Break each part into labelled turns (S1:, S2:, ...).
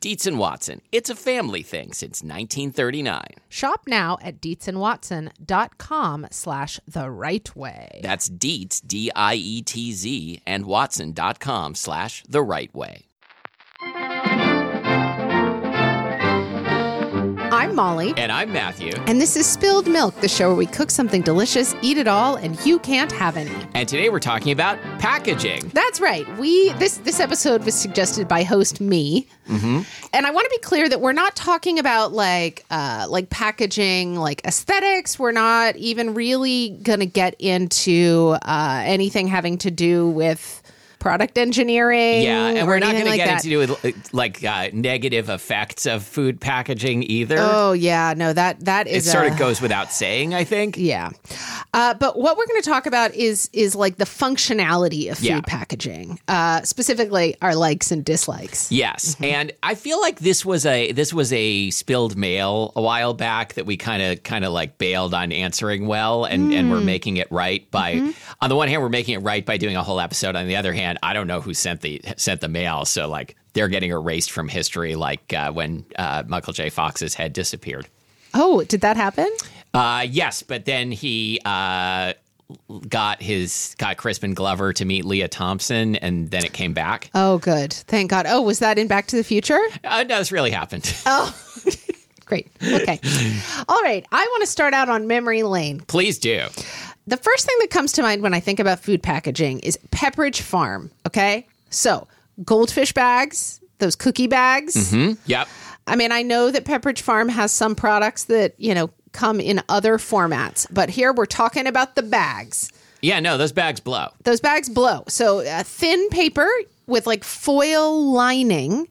S1: Dietz and Watson, it's a family thing since 1939.
S2: Shop now at DeetzandWatson.com slash the right way.
S1: That's Dietz, D I E T Z, and Watson.com slash the right way.
S2: I'm Molly.
S1: And I'm Matthew.
S2: And this is Spilled Milk, the show where we cook something delicious, eat it all, and you can't have any.
S1: And today we're talking about packaging.
S2: That's right. We this this episode was suggested by host me,
S1: Mm-hmm.
S2: and I want to be clear that we're not talking about like uh, like packaging, like aesthetics. We're not even really gonna get into uh, anything having to do with product engineering.
S1: Yeah, and
S2: or
S1: we're not
S2: anything
S1: going to
S2: like
S1: get
S2: that.
S1: into it with like uh, negative effects of food packaging either.
S2: Oh yeah, no that that
S1: it
S2: is
S1: sort
S2: a-
S1: of goes without saying, I think.
S2: Yeah, uh, but what we're going to talk about is is like the functionality of food
S1: Yeah.
S2: packaging, uh, specifically our likes and dislikes.
S1: Yes,
S2: mm-hmm.
S1: and I feel like this was a this was a spilled mail a while back that we kind of kind of like bailed on answering well, and and
S2: Mm.
S1: we're making it right by
S2: Mm-hmm.
S1: on the one hand we're making it right by doing a whole episode. On the other hand, I don't know who sent the sent the mail, so like they're getting erased from history, like uh, when uh, Michael J. Fox's head disappeared.
S2: Oh, did that happen?
S1: Uh, yes, but then he uh, got his got Crispin Glover to meet Leah Thompson, and then it came back.
S2: Oh, good. Thank God. Oh, was that in Back to the Future?
S1: Uh, no, this really happened.
S2: Oh. Great. Okay. All right. I want to start out on memory lane.
S1: Please do.
S2: The first thing that comes to mind when I think about food packaging is Pepperidge Farm. Okay. So, goldfish bags, those cookie bags.
S1: Hmm? Yep.
S2: I mean, I know that Pepperidge Farm has some products that, you know, come in other formats, but here we're talking about the bags.
S1: Yeah, no, those bags blow.
S2: Those bags blow. So, uh, thin paper with like foil lining,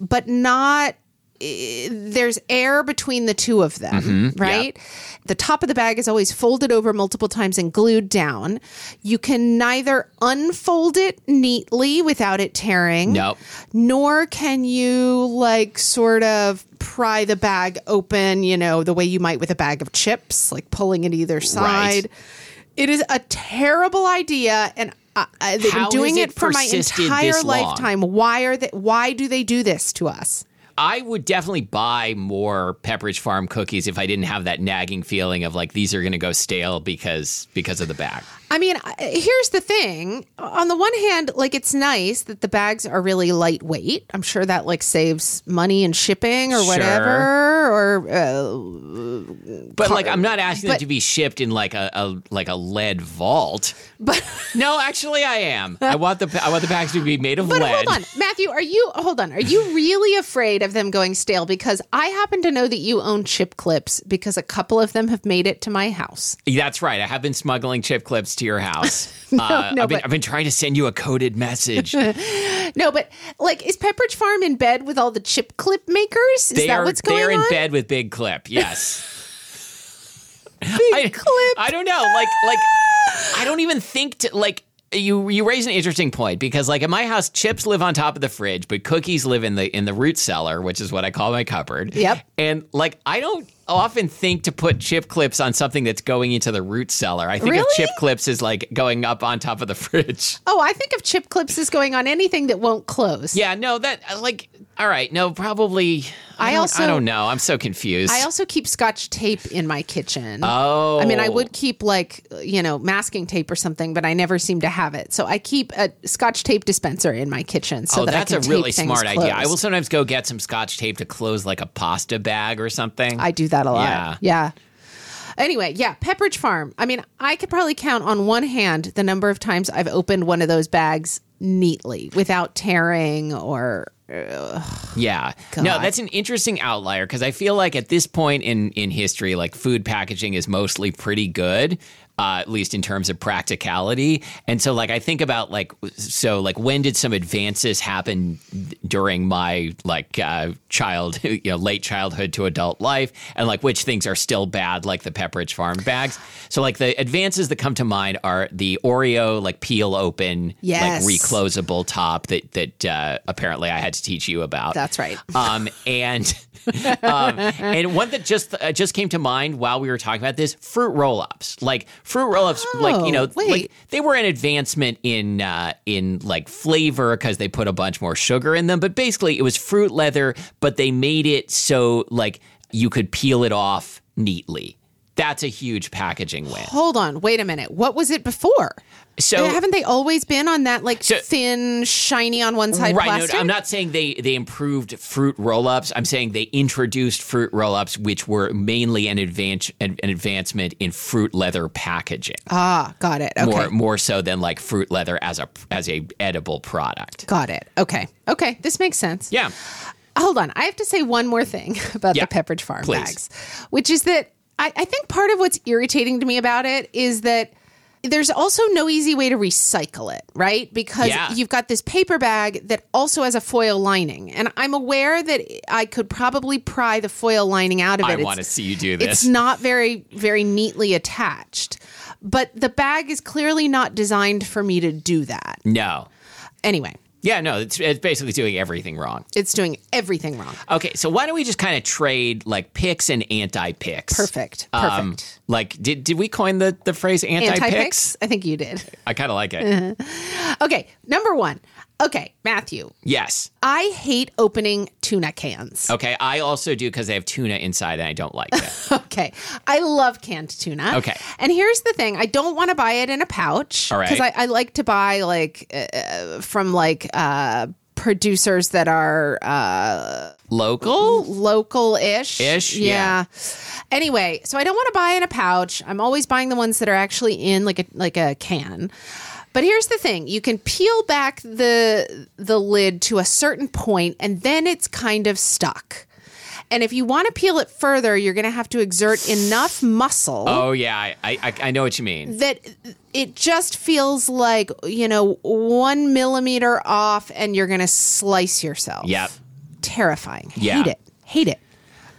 S2: but not eh, there's air between the two of them, right? The top of the bag is always folded over multiple times and glued down. You can neither unfold it neatly without it tearing.
S1: Nope.
S2: Nor can you like sort of pry the bag open, you know, the way you might with a bag of chips, like pulling it either side. It is a terrible idea, and I, I, they've
S1: How
S2: been doing
S1: has
S2: it,
S1: it
S2: for my
S1: persisted
S2: entire
S1: this long?
S2: lifetime. Why are they? Why do they do this to us?
S1: I would definitely buy more Pepperidge Farm cookies if I didn't have that nagging feeling of like these are going to go stale because because of the bag.
S2: I mean, I- here's the thing. On the one hand, like it's nice that the bags are really lightweight. I'm sure that like saves money in shipping or
S1: Sure.
S2: whatever. Or uh,
S1: But like I'm not asking
S2: but-
S1: them to be shipped in like a, a like a lead vault.
S2: but
S1: No, actually I am. I want the I want the bags to be made of
S2: But
S1: lead.
S2: hold on, Matthew. Are you hold on? Are you really afraid of them going stale? Because I happen to know that you own chip clips because a couple of them have made it to my house.
S1: That's right. I have been smuggling chip clips to your house. Uh,
S2: no,
S1: I've, been,
S2: but-
S1: I've been trying to send you a coded message.
S2: No, but like, is Pepperidge Farm in bed with all the chip clip makers? Is
S1: they
S2: that
S1: are
S2: what's
S1: they're
S2: going
S1: in
S2: on?
S1: bed with Big Clip. Yes. Big
S2: Clip.
S1: I don't know. Like like I don't even think to like you you raise an interesting point because like at my house chips live on top of the fridge but cookies live in the in the root cellar which is what I call my cupboard.
S2: Yep.
S1: And like I don't often think to put chip clips on something that's going into the root cellar. I think
S2: Really?
S1: of chip clips as like going up on top of the fridge.
S2: Oh, I think of chip clips as going on anything that won't close.
S1: Yeah, no, that like all right, no, probably.
S2: I
S1: I, don't,
S2: also-
S1: I don't know. I'm so confused.
S2: I also keep scotch tape in my kitchen.
S1: oh,
S2: I mean, I would keep like, you know, masking tape or something, but I never seem to have it. So I keep a scotch tape dispenser in my kitchen. So
S1: oh,
S2: that
S1: that's
S2: I
S1: a
S2: can
S1: really
S2: tape things
S1: smart idea. I
S2: closed.
S1: will sometimes go get some scotch tape to close like a pasta bag or something.
S2: I do that a lot.
S1: Yeah.
S2: Yeah. Anyway, yeah, Pepperidge Farm. I mean, I could probably count on one hand the number of times I've opened one of those bags neatly without tearing or
S1: Yeah. No, that's an interesting outlier because I feel like at this point in in history, like food packaging is mostly pretty good. Uh, at least in terms of practicality, and so like I think about like so like when did some advances happen during my like uh, child you know late childhood to adult life, and like which things are still bad like the Pepperidge Farm bags. So like the advances that come to mind are the Oreo like peel open
S2: Yes.
S1: like reclosable top that that uh, apparently I had to teach you about
S2: That's right.
S1: um, and um, and one that just uh, just came to mind while we were talking about this fruit roll ups like fruit roll ups like you know
S2: Oh, wait.
S1: like they were an advancement in uh, in like flavor because they put a bunch more sugar in them but basically it was fruit leather but they made it so like you could peel it off neatly that's a huge packaging win
S2: hold on, wait a minute. What was it before? Eh,
S1: So-
S2: haven't they always been on that like
S1: So-
S2: thin, shiny on one side
S1: Right.
S2: plastic?
S1: No, I'm not saying they they improved fruit roll-ups. I'm saying they introduced fruit roll-ups, which were mainly an advance an, an advancement in fruit leather packaging,
S2: ah, got it. Okay.
S1: more more so than like fruit leather as a as a edible product.
S2: Got it. Okay. Okay. This makes sense.
S1: Yeah.
S2: Hold on. I have to say one more thing about
S1: Yeah.
S2: the Pepperidge Farm
S1: Please.
S2: bags, which is that I, I think part of what's irritating to me about it is that there's also no easy way to recycle it, right? Because
S1: Yeah.
S2: you've got this paper bag that also has a foil lining. And I'm aware that I could probably pry the foil lining out of it.
S1: I
S2: It's-
S1: want to see you do
S2: it's
S1: this.
S2: not very very neatly attached. But the bag is clearly not designed for me to do that.
S1: No.
S2: Anyway,
S1: Yeah, no, it's, it's basically doing everything wrong.
S2: it's doing everything wrong.
S1: Okay, so why don't we just kind of trade like picks and anti-picks?
S2: Perfect. Perfect.
S1: Um, like, did, did we coin the, the phrase anti-picks?
S2: Anti-picks? I think you did.
S1: I kind of like it.
S2: Okay, number one. Okay, Matthew,
S1: Yes.
S2: I hate opening tuna cans.
S1: Okay, I also do because they have tuna inside and I don't like that.
S2: Okay, I love canned tuna.
S1: Okay.
S2: and here's the thing: I don't want to buy it in a pouch
S1: All right.
S2: because I, I like to buy like uh, from like uh, producers that are
S1: Local?
S2: local ish.
S1: Ish,
S2: Yeah. Anyway, so I don't want to buy in a pouch. I'm always buying the ones that are actually in like a like a can. But here's the thing: you can peel back the the lid to a certain point, and then it's kind of stuck. And if you want to peel it further, you're going to have to exert enough muscle
S1: Oh yeah, I, I I know what you mean.
S2: that it just feels like you know one millimeter off, and you're going to slice yourself.
S1: Yep.
S2: terrifying.
S1: Yeah.
S2: hate it. Hate it.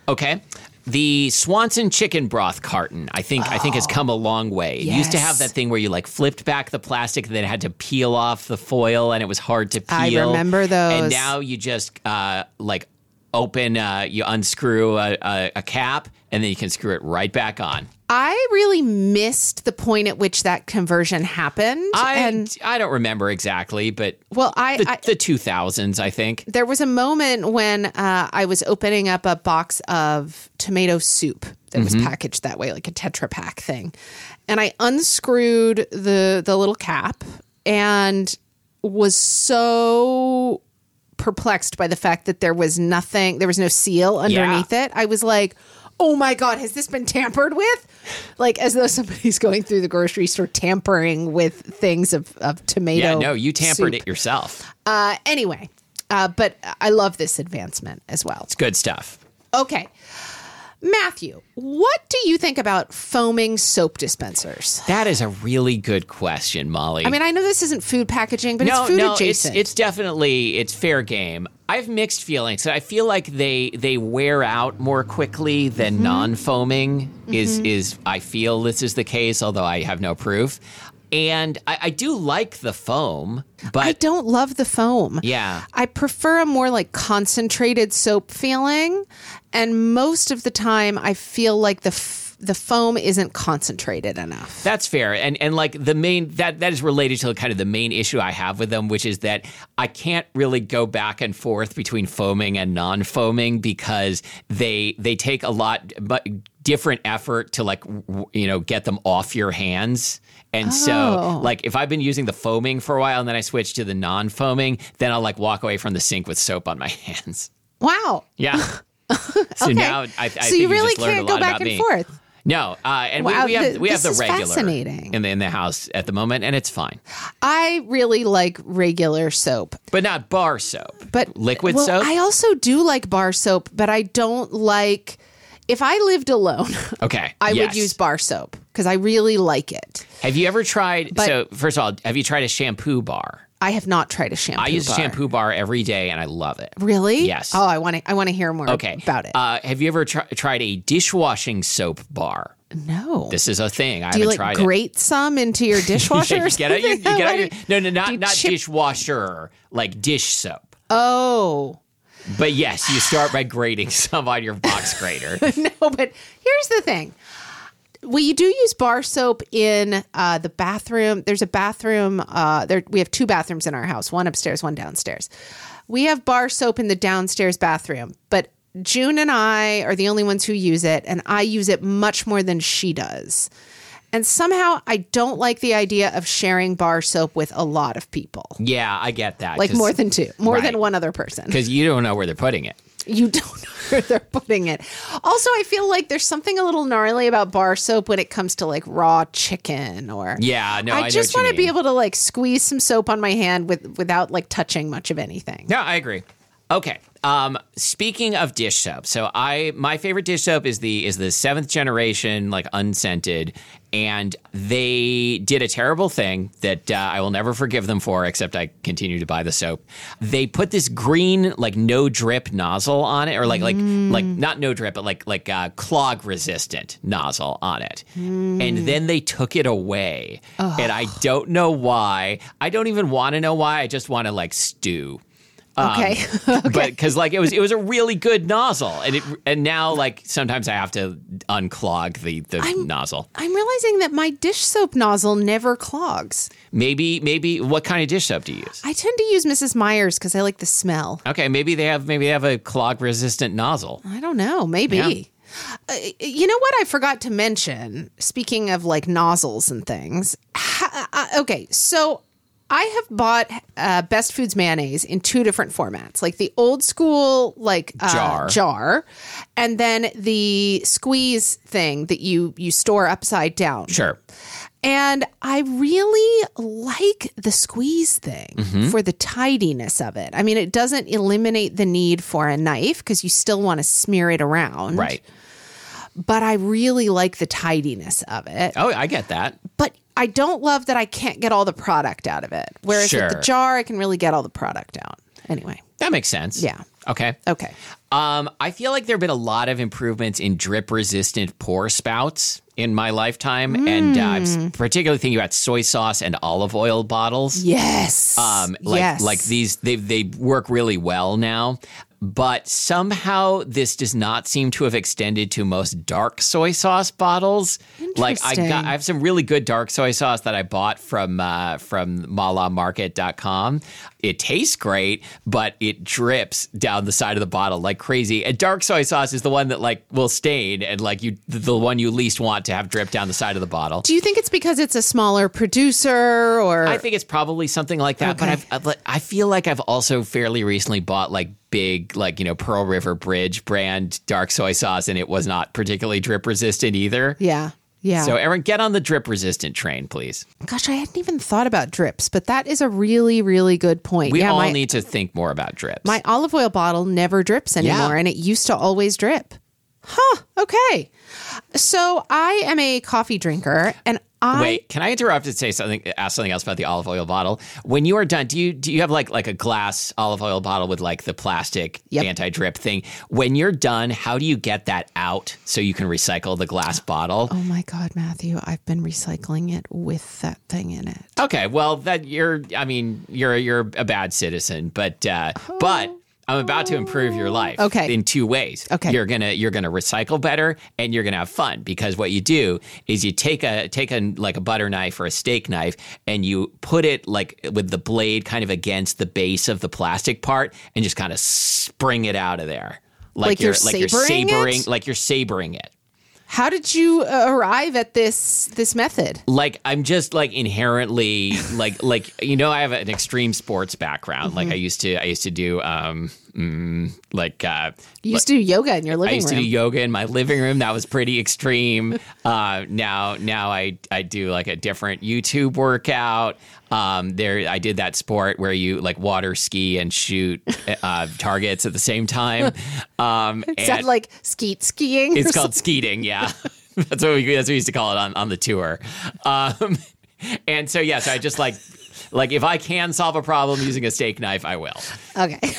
S1: Okay. The Swanson chicken broth carton, I think, I think has come a long way. It used to have
S2: Yes.
S1: that thing where you like flipped back the plastic and then had to peel off the foil, and it was hard to peel.
S2: I remember
S1: And
S2: those.
S1: now you just uh, like open, uh, you unscrew a, a, a cap, and then you can screw it right back on.
S2: I really missed the point at which that conversion happened.
S1: I
S2: and
S1: I don't remember exactly, but
S2: well, I,
S1: the,
S2: I
S1: the 2000s, I think.
S2: there was a moment when uh, I was opening up a box of tomato soup that was
S1: Mm-hmm.
S2: packaged that way, like a Tetra Pak thing, and I unscrewed the the little cap and was so perplexed by the fact that there was nothing, there was no seal underneath it. I was like. Oh my God, has this been tampered with? Like, as though somebody's going through the grocery store tampering with things of, of tomato.
S1: Yeah, no, you tampered
S2: soup.
S1: it yourself.
S2: Uh, anyway, uh, but I love this advancement as well.
S1: Good stuff.
S2: Okay. Matthew, what do you think about foaming soap dispensers?
S1: That is a really good question, Molly.
S2: I mean, I know this isn't food packaging, but it's food adjacent.
S1: It's, it's definitely it's fair game. I have mixed feelings. I feel like they they wear out more quickly than
S2: Mm-hmm.
S1: non-foaming is is I feel this is the case, although I have no proof. And I, I do like the foam, but
S2: I don't love the foam.
S1: Yeah.
S2: I prefer a more like concentrated soap feeling. and most of the time I feel like the f- the foam isn't concentrated enough.
S1: That's fair. And and like the main that that is related to kind of the main issue I have with them, which is that I can't really go back and forth between foaming and non-foaming because they they take a lot but different effort to like w- you know get them off your hands. And so
S2: Oh.
S1: like if I've been using the foaming for a while and then I switch to the non-foaming, then I'll like walk away from the sink with soap on my hands.
S2: Wow.
S1: Yeah. so
S2: Okay.
S1: now I, I
S2: so
S1: think
S2: you really
S1: just learned a
S2: can't go
S1: lot
S2: back
S1: about
S2: and
S1: me.
S2: forth.
S1: No, uh, and
S2: Wow,
S1: we, we have
S2: th-
S1: we have the
S2: this is
S1: regular
S2: fascinating.
S1: in the in the house at the moment, and it's fine,
S2: I really like regular soap,
S1: but not bar soap,
S2: but
S1: liquid
S2: well,
S1: soap.
S2: I also do like bar soap, but I don't like. If I lived alone,
S1: okay,
S2: I
S1: yes.
S2: would use bar soap because I really like it.
S1: Have you ever tried?
S2: But-
S1: so first of all, have you tried a shampoo bar?
S2: I have not tried a shampoo.
S1: I use
S2: bar.
S1: a shampoo bar every day, and I love it.
S2: Really?
S1: Yes.
S2: Oh, I want to. I want to hear more.
S1: Okay,
S2: About it.
S1: Uh, have you ever tr- tried a dishwashing soap bar?
S2: no.
S1: This is a thing. I
S2: do you
S1: haven't
S2: like
S1: tried it.
S2: grate some into your dishwasher?
S1: Yeah,
S2: or
S1: you get out, you, you
S2: something?
S1: get out your,
S2: Like-
S1: no, no, not
S2: you
S1: not
S2: chip-
S1: dishwasher, like dish soap.
S2: Oh.
S1: But yes, you start by grating some on your box grater.
S2: no, but here's the thing. Well, you do use bar soap in uh, the bathroom. There's a bathroom. Uh, there we have two bathrooms in our house. One upstairs, one downstairs. We have bar soap in the downstairs bathroom, but June and I are the only ones who use it, and I use it much more than she does. And somehow, I don't like the idea of sharing bar soap with a lot of people,
S1: Yeah, I get that.
S2: like more than two, more
S1: right.
S2: than one other person.
S1: because you don't know where they're putting it.
S2: You don't know where they're putting it. Also, I feel like there's something a little gnarly about bar soap when it comes to like raw chicken or
S1: Yeah, no, I,
S2: I just
S1: want
S2: want to be able to like squeeze some soap on my hand with without like touching much of anything.
S1: No, I agree. Okay. Um, speaking of dish soap, so I my favorite dish soap is the is the seventh generation, like unscented, and they did a terrible thing that uh, I will never forgive them for. Except I continue to buy the soap. They put this green like no drip nozzle on it, or like like like not no drip, but like like uh, clog resistant nozzle on it, and then they took it away, and I don't know why. I don't even want to know why. I just want to like stew um,
S2: okay.
S1: but because like it was it was a really good nozzle and it and now like sometimes i have to unclog the the nozzle
S2: I'm realizing that my dish soap nozzle never clogs.
S1: maybe maybe what kind of dish soap do you use
S2: I tend to use Mrs. Myers because I like the smell.
S1: okay maybe they have maybe they have a clog resistant nozzle
S2: I don't know. Maybe. Uh, you know what I forgot to mention? Speaking of like nozzles and things. Ha- uh, okay, so I have bought uh, Best Foods mayonnaise in two different formats, like the old school like uh,
S1: Jar.
S2: jar, and then the squeeze thing that you you store upside down.
S1: sure
S2: And I really like the squeeze thing
S1: Mm-hmm.
S2: for the tidiness of it. I mean, it doesn't eliminate the need for a knife because you still want to smear it around.
S1: right
S2: But I really like the tidiness of it.
S1: oh i get that
S2: But I don't love that I can't get all the product out of it. Whereas with
S1: Sure.
S2: the jar, I can really get all the product out. Anyway,
S1: that makes sense
S2: Yeah.
S1: okay
S2: okay.
S1: um i feel like there have been a lot of improvements in drip resistant pour spouts in my lifetime and uh, i'm
S2: Mm.
S1: s- particularly thinking about soy sauce and olive oil bottles
S2: Yes.
S1: Um, like
S2: yes.
S1: like these they they work really well now, but somehow this does not seem to have extended to most dark soy sauce bottles. Like I got
S2: Interesting.
S1: I have some really good dark soy sauce that I bought from uh, from malamarket.com. It tastes great, but it drips down the side of the bottle like crazy. And dark soy sauce is the one that like will stain and like you the one you least want to have drip down the side of the bottle.
S2: Do you think it's because it's a smaller producer or
S1: I think it's probably something like that. But
S2: Okay.
S1: I've, I've like- I feel like I've also fairly recently bought like big, like you know Pearl River Bridge brand dark soy sauce, and it was not particularly drip resistant either.
S2: Yeah. Yeah.
S1: So, Aaron, get on the drip resistant train, please.
S2: Gosh, I hadn't even thought about drips, but that is a really, really good point.
S1: We
S2: yeah,
S1: all
S2: my,
S1: need to think more about drips.
S2: my olive oil bottle never drips anymore, and it used to always drip. Huh. Okay. So I am a coffee drinker, and I
S1: Wait, can I interrupt and say something? Ask something else about the olive oil bottle. When you are done, do you do you have like like a glass olive oil bottle with like the plastic
S2: Yep.
S1: anti drip thing? When you're done, how do you get that out so you can recycle the glass bottle?
S2: oh my god, Matthew, I've been recycling it with that thing in it.
S1: Okay, well that you're I mean, you're you're a bad citizen, but uh but I'm about to improve your life.
S2: Okay.
S1: In two ways.
S2: Okay.
S1: You're gonna you're gonna recycle better and you're gonna have fun because what you do is you take a take a like a butter knife or a steak knife and you put it like with the blade kind of against the base of the plastic part and just kind of spring it out of there.
S2: Like you're
S1: like you're
S2: sabering it?
S1: sabering like you're sabering it.
S2: How did you uh, arrive at this this method?
S1: like I'm just like inherently like like you know I have an extreme sports background. Like I used to I used to do um mm, like uh
S2: You used to do yoga in your
S1: I
S2: living
S1: used to do
S2: room.
S1: yoga in my living room. That was pretty extreme. Uh, now, now I I do like a different YouTube workout. Um, there, I did that sport where you like water ski and shoot uh, targets at the same time. Um,
S2: Sound
S1: and-
S2: like skeet skiing. or
S1: it's called skeeting. Yeah, that's what we that's what we used to call it on on the tour. Um, and so yeah, so I just like like if I can solve a problem using a steak knife, I will.
S2: Okay.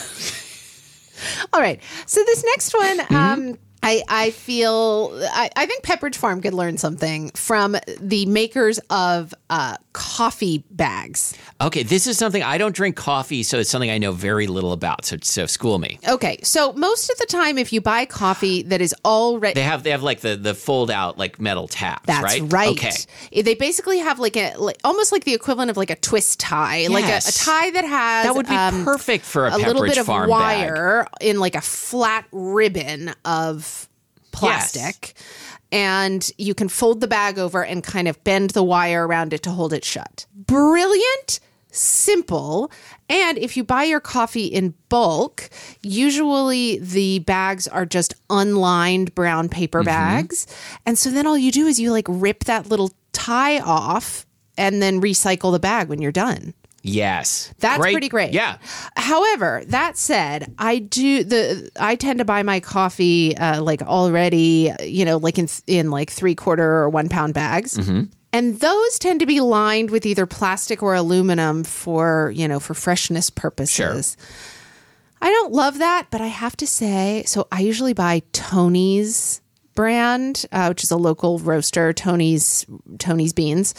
S2: All right. So this next one,
S1: Mm-hmm.
S2: um, I, I feel I, I think Pepperidge Farm could learn something from the makers of uh, coffee bags.
S1: Okay, this is something I don't drink coffee, so it's something I know very little about. So so school me.
S2: Okay, so most of the time, if you buy coffee that is already
S1: They have they have like the the fold out like metal taps.
S2: that's
S1: right.
S2: right.
S1: Okay.
S2: They basically have like a like, almost like the equivalent of like a twist tie, like a, a
S1: Yes.
S2: tie that has
S1: That would be
S2: um,
S1: perfect for a,
S2: a little
S1: Pepperidge
S2: bit of
S1: farm bag.
S2: wire in like a flat ribbon of plastic and you can fold the bag over and kind of bend the wire around it to hold it shut brilliant simple and if you buy your coffee in bulk usually the bags are just unlined brown
S1: Mm-hmm.
S2: paper bags and so then all you do is you like rip that little tie off and then recycle the bag when you're done
S1: Yes,
S2: that's pretty great.
S1: Yeah,
S2: However, that said, I do the I tend to buy my coffee uh, like already, you know, like in in like three quarter or one pound bags. And those tend to be lined with either plastic or aluminum for, you know, for freshness purposes. I don't love that, but I have to say, so I usually buy Tony's brand, uh, which is a local roaster, Tony's Tony's beans.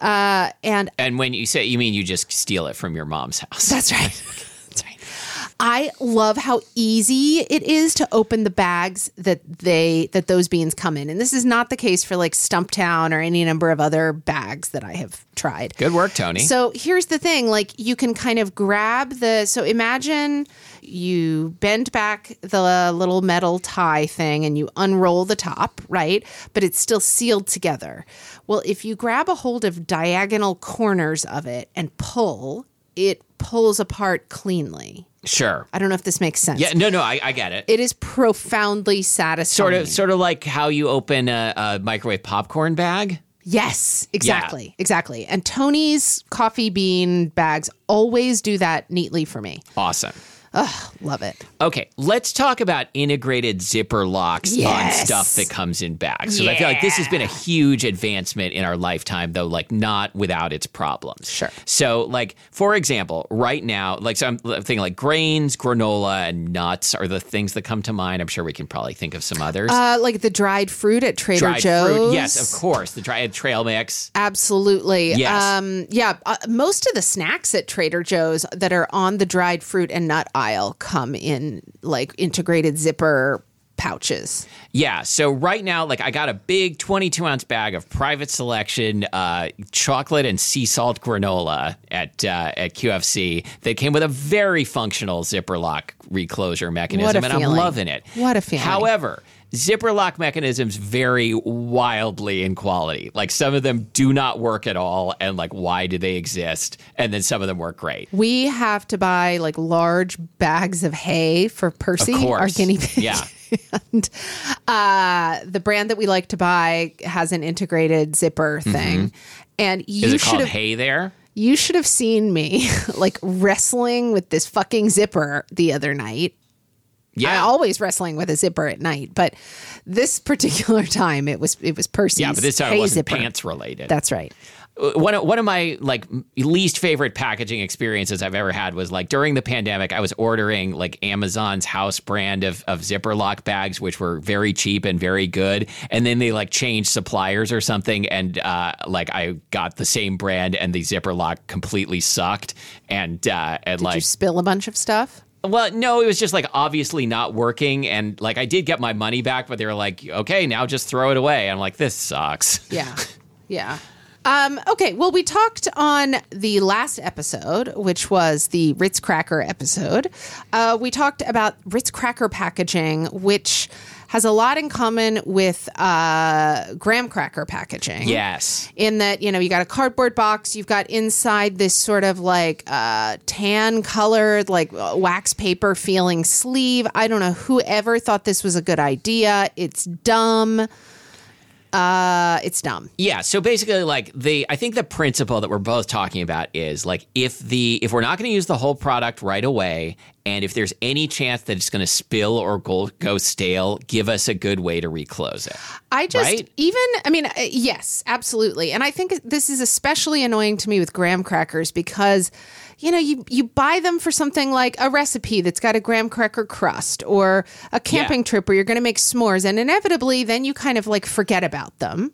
S2: Uh, and
S1: and when you say you mean you just steal it from your mom's house.
S2: that's right. That's right. I love how easy it is to open the bags that they that those beans come in. And this is not the case for like Stumptown or any number of other bags that I have tried.
S1: Good work, Tony.
S2: So here's the thing like you can kind of grab the so imagine you bend back the little metal tie thing and you unroll the top, right? But it's still sealed together. Well, if you grab a hold of diagonal corners of it and pull, it pulls apart cleanly.
S1: sure.
S2: I don't know if this makes sense.
S1: Yeah. No. No. I, I get it.
S2: It is profoundly satisfying.
S1: Sort of, sort of like how you open a, a microwave popcorn bag.
S2: Yes, exactly. Exactly. And Tony's coffee bean bags always do that neatly for me.
S1: Awesome.
S2: Love it.
S1: Okay, let's talk about integrated zipper locks
S2: Yes.
S1: on stuff that comes in bags. So I feel like this has been a huge advancement in our lifetime, though, like not without its problems.
S2: Sure.
S1: So, like for example, right now, like so I'm thinking like grains, granola, and nuts are the things that come to mind. I'm sure we can probably think of some others.
S2: Uh, like the dried fruit at Trader
S1: dried
S2: Joe's.
S1: fruit, yes, of course. The dried trail mix.
S2: Absolutely.
S1: Yes.
S2: Um, yeah. Uh, most of the snacks at Trader Joe's that are on the dried fruit and nut aisle come in like integrated zipper pouches.
S1: Yeah. So right now, like I got a big 22 ounce bag of private selection uh, chocolate and sea salt granola at uh, at QFC that came with a very functional zipper lock reclosure mechanism,
S2: What a
S1: and I'm
S2: feeling.
S1: loving it.
S2: What a feeling.
S1: However. Zipper lock mechanisms vary wildly in quality. Like some of them do not work at all, and like why do they exist? And then some of them work great.
S2: We have to buy like large bags of hay for Percy, our guinea pig.
S1: Yeah,
S2: and uh, the brand that we like to buy has an integrated zipper thing. And
S1: Mm-hmm. is
S2: you
S1: it
S2: should
S1: called
S2: have
S1: hay there?
S2: You should have seen me like wrestling with this fucking zipper the other night. I
S1: Yeah,
S2: always wrestling with a zipper at night, but this particular time it was it was Percy's
S1: yeah, but this time
S2: hay
S1: it wasn't
S2: zipper.
S1: pants related.
S2: That's right.
S1: one of, one of my like least favorite packaging experiences I've ever had was like during the pandemic I was ordering like Amazon's house brand of of zipper lock bags which were very cheap and very good and then they like changed suppliers or something and uh, like I got the same brand and the zipper lock completely sucked and uh, and
S2: Did you
S1: like
S2: spill a bunch of stuff?
S1: Well, no, it was just like obviously not working. And like I did get my money back, but they were like, okay, now just throw it away. I'm like, this sucks.
S2: Yeah. Yeah. Um, okay, well, we talked on the last episode, which was the Ritz cracker episode. Uh, we talked about Ritz cracker packaging, which has a lot in common with uh, graham cracker packaging.
S1: Yes.
S2: In that, you know, you got a cardboard box, you've got inside this sort of like uh, tan colored, like uh, wax paper feeling sleeve. I don't know whoever thought this was a good idea. It's dumb. Uh, it's dumb.
S1: Yeah. So basically, like the I think the principle that we're both talking about is like if the if we're not going to use the whole product right away, and if there's any chance that it's going to spill or go, go stale, give us a good way to reclose it.
S2: I just
S1: Right?
S2: even I mean uh, yes, absolutely. And I think this is especially annoying to me with graham crackers because you know you you buy them for something like a recipe that's got a graham cracker crust or a camping trip where you're going to make s'mores and inevitably then you kind of like forget about them.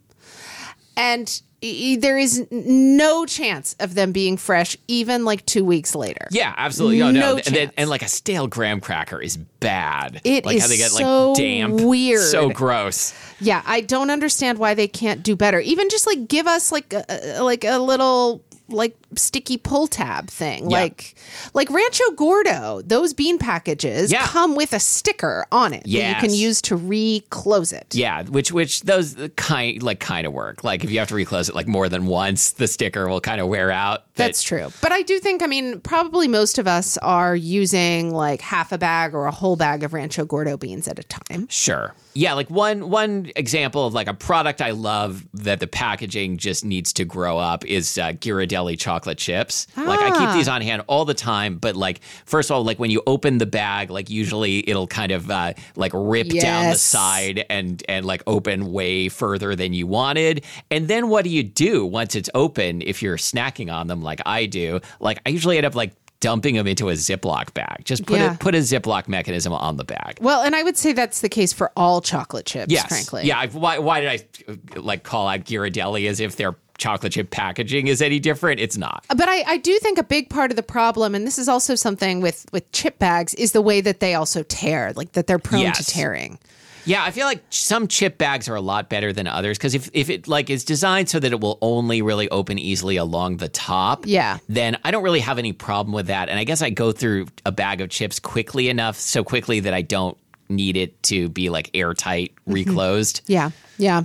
S2: And y- y- there is n- no chance of them being fresh even like 2 weeks later.
S1: Yeah, absolutely. No, no.
S2: No
S1: And, then-
S2: chance.
S1: and, like a stale graham cracker is bad.
S2: It
S1: like
S2: is so weird.
S1: so gross.
S2: Yeah, I don't understand why they can't do better. Even just like give us like a, a- like a little like sticky pull tab thing. Like like Rancho Gordo, those bean packages
S1: Yeah.
S2: come with a sticker on it that you
S1: Yes.
S2: can use to reclose it.
S1: Yeah, which which those kind like kind of work. Like if you have to reclose it like more than once, the sticker will kind of wear out. But-
S2: That's true. But I do think, I mean, probably most of us are using like half a bag or a whole bag of Rancho Gordo beans at a time.
S1: Sure. Yeah, like one one example of like a product I love that the packaging just needs to grow up is uh, Ghirardelli chocolate chips. Like I
S2: Ah.
S1: keep these on hand all the time, but like first of all, like when you open the bag, like usually it'll kind of uh, like rip down
S2: Yes.
S1: the side and and like open way further than you wanted. And then what do you do once it's open if you're snacking on them like I do? Like I usually end up like dumping them into a Ziploc bag. Just put
S2: Yeah.
S1: a, put a Ziploc mechanism on the bag.
S2: Well, and I would say that's the case for all chocolate chips,
S1: Yes.
S2: frankly.
S1: Yeah. I, why, why did I uh, like call out Ghirardelli as if their chocolate chip packaging is any different? It's not.
S2: But I, I do think a big part of the problem, and this is also something with with chip bags, is the way that they also tear, like that they're prone to
S1: Yes.
S2: tearing.
S1: Yeah. I feel like some chip bags are a lot better than others because if, if it like is designed so that it will only really open easily along the top.
S2: Yeah.
S1: Then I don't really have any problem with that. And I guess I go through a bag of chips quickly enough, so quickly that I don't need it to be like airtight
S2: Mm-hmm.
S1: reclosed.
S2: Yeah, yeah.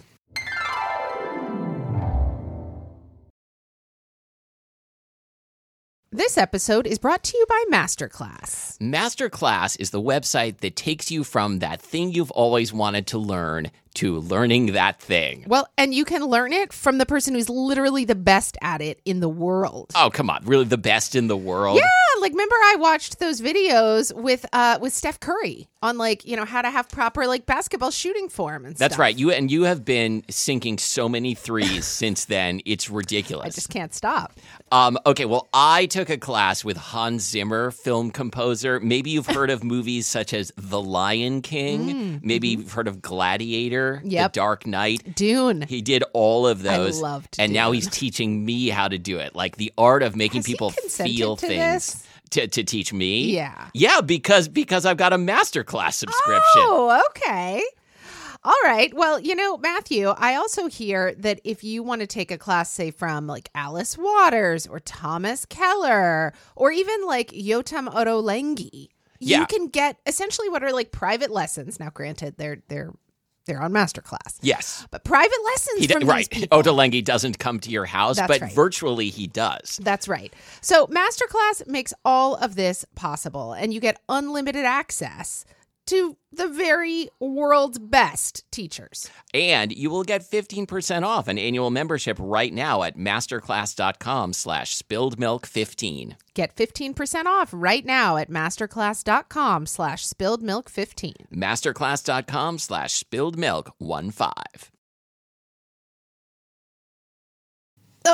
S2: This episode is brought to you by Masterclass.
S1: Masterclass is the website that takes you from that thing you've always wanted to learn to learning that thing.
S2: Well, and you can learn it from the person who's literally the best at it in the world.
S1: Oh, come on. Really the best in the world?
S2: Yeah, like remember I watched those videos with uh with Steph Curry on like, you know, how to have proper like basketball shooting form and
S1: That's
S2: stuff.
S1: right. You and you have been sinking so many threes since then. It's ridiculous.
S2: I just can't stop.
S1: Um, okay, well, I took a class with Hans Zimmer, film composer. Maybe you've heard of movies such as The Lion King. Maybe you've heard of
S2: Mm,
S1: Gladiator,
S2: mm-hmm. Yep.
S1: The Dark Knight.
S2: Dune.
S1: He did all of those.
S2: loved
S1: and now
S2: Dune.
S1: he's teaching me how to do it, like the art of making
S2: Has he
S1: people
S2: consented
S1: feel
S2: to
S1: things
S2: this?
S1: to, to teach me.
S2: Yeah.
S1: yeah, because because I've got a masterclass subscription.
S2: Oh, okay. All right. Well, you know, Matthew, I also hear that if you want to take a class, say, from like Alice Waters or Thomas Keller or even like Yotam Ottolenghi,
S1: Yeah.
S2: you can get essentially what are like private lessons. Now, granted, they're they're they're on masterclass,
S1: Yes,
S2: but private lessons
S1: he
S2: from
S1: did,
S2: these
S1: right. Oh,
S2: people.
S1: Ottolenghi doesn't come to your house,
S2: That's
S1: but
S2: right.
S1: virtually he does.
S2: That's right. So Masterclass makes all of this possible, and you get unlimited access to the very world's best teachers.
S1: And you will get 15% off an annual membership right now at masterclass.com slash spilled milk 15.
S2: Get 15% off right now at masterclass.com slash spilled milk 15.
S1: Masterclass.com slash spilled milk 15.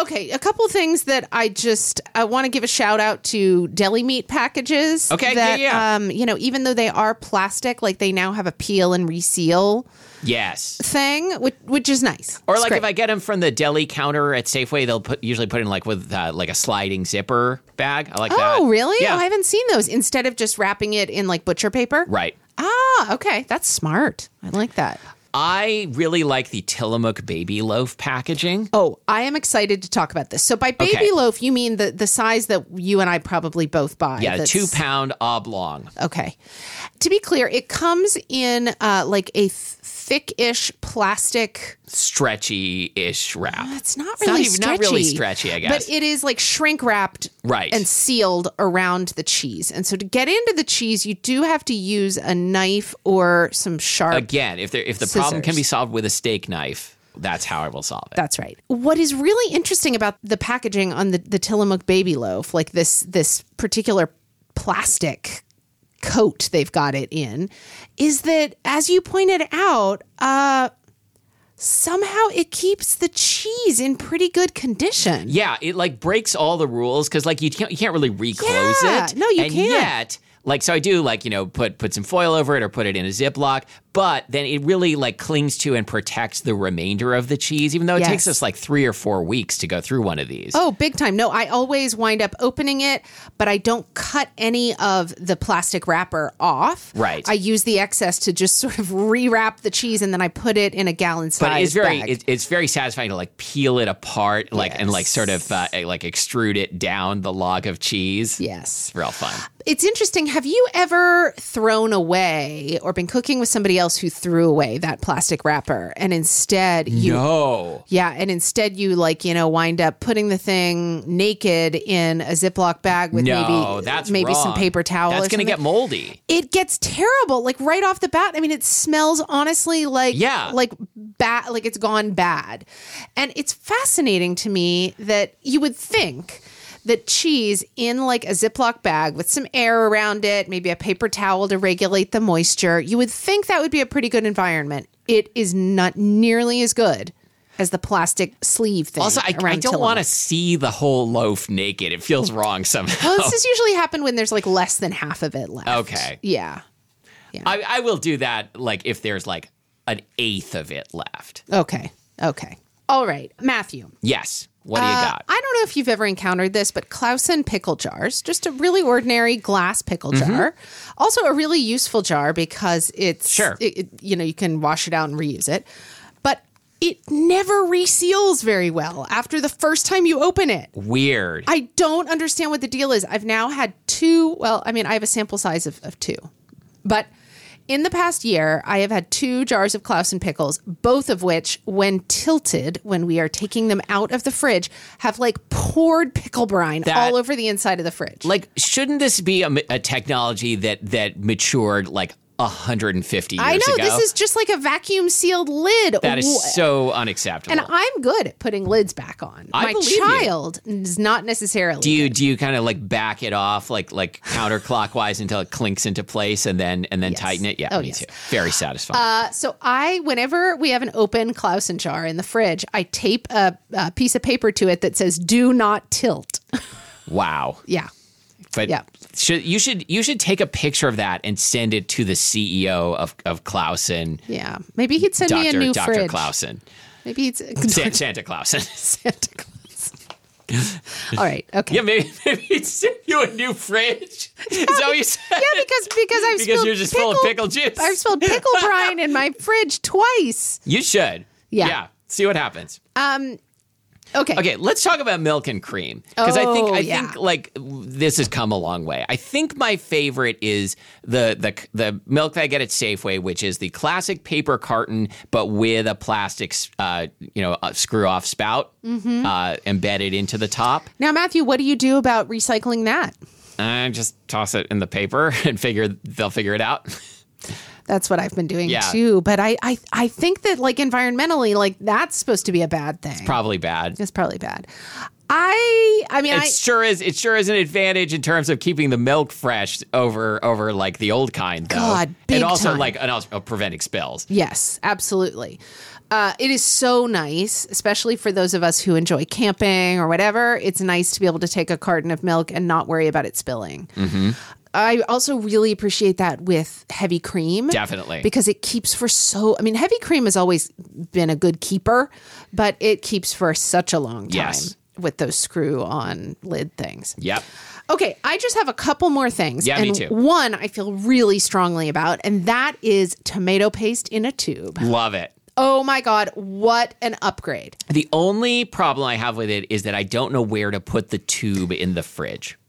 S2: Okay, a couple things that I just I want to give a shout out to deli meat packages.
S1: Okay,
S2: that,
S1: yeah, yeah.
S2: Um, you know, even though they are plastic, like they now have a peel and reseal
S1: Yes.
S2: thing, which which is nice.
S1: Or
S2: It's
S1: like
S2: great.
S1: if I get them from the deli counter at Safeway, they'll put usually put in like with uh, like a sliding zipper bag. I like that.
S2: oh really?
S1: Yeah.
S2: Oh, I haven't seen those. Instead of just wrapping it in like butcher paper.
S1: right.
S2: Ah, okay, that's smart. I like that.
S1: I really like the Tillamook baby loaf packaging.
S2: Oh, I am excited to talk about this. So by baby
S1: Okay.
S2: loaf, you mean the the size that you and I probably both buy.
S1: Yeah, the
S2: that's-
S1: two pound oblong.
S2: Okay. To be clear, it comes in uh, like a th- thick-ish plastic.
S1: stretchy ish wrap.
S2: It's not
S1: not
S2: really
S1: even-
S2: stretchy.
S1: not really stretchy, I guess.
S2: But it is like shrink wrapped,
S1: Right.
S2: and sealed around the cheese. And so to get into the cheese, you do have to use a knife or some sharp.
S1: Again, if there if the problem can
S2: Scissors.
S1: be solved with a steak knife, that's how I will solve it.
S2: That's right. What is really interesting about the packaging on the, the Tillamook baby loaf, like this this particular plastic coat they've got it in, is that as you pointed out, uh, somehow it keeps the cheese in pretty good condition.
S1: yeah, it like breaks all the rules because like you can't you can't really reclose
S2: Yeah,
S1: it.
S2: no, you
S1: and
S2: can't.
S1: Yet, like so, I do like you know put put some foil over it or put it in a Ziploc, but then it really like clings to and protects the remainder of the cheese, even though it
S2: Yes.
S1: takes us like three or four weeks to go through one of these.
S2: Oh, big time. No, I always wind up opening it, but I don't cut any of the plastic wrapper off.
S1: Right.
S2: I use the excess to just sort of rewrap the cheese and then I put it in a gallon size.
S1: but it's very
S2: bag.
S1: it, it's very satisfying to like peel it apart like and like sort of uh, like extrude it down the log of cheese
S2: yes.
S1: it's real fun
S2: It's interesting. Have you ever thrown away or been cooking with somebody else who threw away that plastic wrapper and instead you
S1: no
S2: Yeah, and instead you like, you know, wind up putting the thing naked in a Ziploc bag with
S1: no
S2: maybe
S1: that's
S2: maybe some
S1: wrong.
S2: paper towel
S1: that's
S2: or
S1: gonna
S2: something.
S1: get moldy
S2: it gets terrible like right off the bat i mean it smells honestly like
S1: Yeah.
S2: like bad like it's gone bad and it's fascinating to me that you would think that cheese in like a ziploc bag with some air around it maybe a paper towel to regulate the moisture you would think that would be a pretty good environment it is not nearly as good as the plastic sleeve thing
S1: also i, I don't want to see the whole loaf naked it feels wrong somehow
S2: well, this has usually happened when there's like less than half of it left
S1: Okay.
S2: yeah
S1: I, I will do that like if there's like an eighth of it left
S2: Okay. Okay. All right. Matthew.
S1: yes what do you
S2: Uh,
S1: got
S2: I don't know if you've ever encountered this, but Clausen pickle jars, just a really ordinary glass pickle jar. Also, a really useful jar because it's,
S1: Sure.
S2: it- it- you know, you can wash it out and reuse it. But it never reseals very well after the first time you open it.
S1: weird
S2: I don't understand what the deal is. I've now had two. Well, I mean, I have a sample size of, of two, but in the past year, I have had two jars of Clausen pickles, both of which, when tilted, when we are taking them out of the fridge, have like poured pickle brine
S1: That-
S2: all over the inside of the fridge.
S1: like shouldn't this be a, ma- a technology that that matured like 150 years
S2: I know
S1: ago
S2: this is just like a vacuum sealed lid.
S1: That
S2: Wha-
S1: is so unacceptable.
S2: and I'm good at putting lids back on.
S1: I
S2: My
S1: believe you.
S2: child is not necessarily.
S1: do you do you kind of like back it off like like counterclockwise until it clinks into place and then and then tighten it? Yeah,
S2: Oh,
S1: me
S2: yes.
S1: too. Very satisfying.
S2: Uh, so I, whenever we have an open Clausen jar in the fridge, I tape a, a piece of paper to it that says "Do not tilt."
S1: wow.
S2: yeah,
S1: But
S2: yeah.
S1: should you should you should take a picture of that and send it to the CEO of of Clausen,
S2: yeah. Maybe he'd send me a
S1: Doctor
S2: new
S1: Doctor
S2: fridge.
S1: Clausen,
S2: Maybe he'd
S1: San, Santa Clausen.
S2: Santa Claus. All right. Okay.
S1: yeah, maybe maybe he'd send you a new fridge. Is that what you said?
S2: Yeah, because because I've
S1: Because
S2: spilled
S1: you're just
S2: pickle,
S1: full of pickle juice.
S2: I've spilled pickle brine in my fridge twice.
S1: you should.
S2: Yeah.
S1: yeah. See what happens.
S2: Okay.
S1: Okay, let's talk about milk and cream because I think
S2: Oh,
S1: I
S2: yeah.
S1: think like this has come a long way. I think my favorite is the the the milk that I get at Safeway, which is the classic paper carton but with a plastic uh, you know screw off spout
S2: Mm-hmm.
S1: uh, embedded into the top.
S2: Now, Matthew, what do you do about recycling that?
S1: I just toss it in the paper and figure they'll figure it out.
S2: That's what I've been doing
S1: Yeah.
S2: too. But I, I I think that like environmentally, like that's supposed to be a bad thing.
S1: Probably bad.
S2: It's probably bad. I I mean
S1: It
S2: I
S1: sure is. It sure is an advantage in terms of keeping the milk fresh over over like the old kind, though.
S2: God, big
S1: and also
S2: time.
S1: like and also preventing spills.
S2: yes, absolutely. Uh, it is so nice, especially for those of us who enjoy camping or whatever. It's nice to be able to take a carton of milk and not worry about it spilling.
S1: Mm-hmm.
S2: I also really appreciate that with heavy cream.
S1: Definitely.
S2: Because it keeps for so, I mean, heavy cream has always been a good keeper, but it keeps for such a long time
S1: Yes.
S2: with those screw on lid things.
S1: Yep.
S2: Okay, I just have a couple more things.
S1: Yeah,
S2: and
S1: me too.
S2: One I feel really strongly about, and that is tomato paste in a tube.
S1: Love it.
S2: Oh my God, what an upgrade.
S1: The only problem I have with it is that I don't know where to put the tube in the fridge.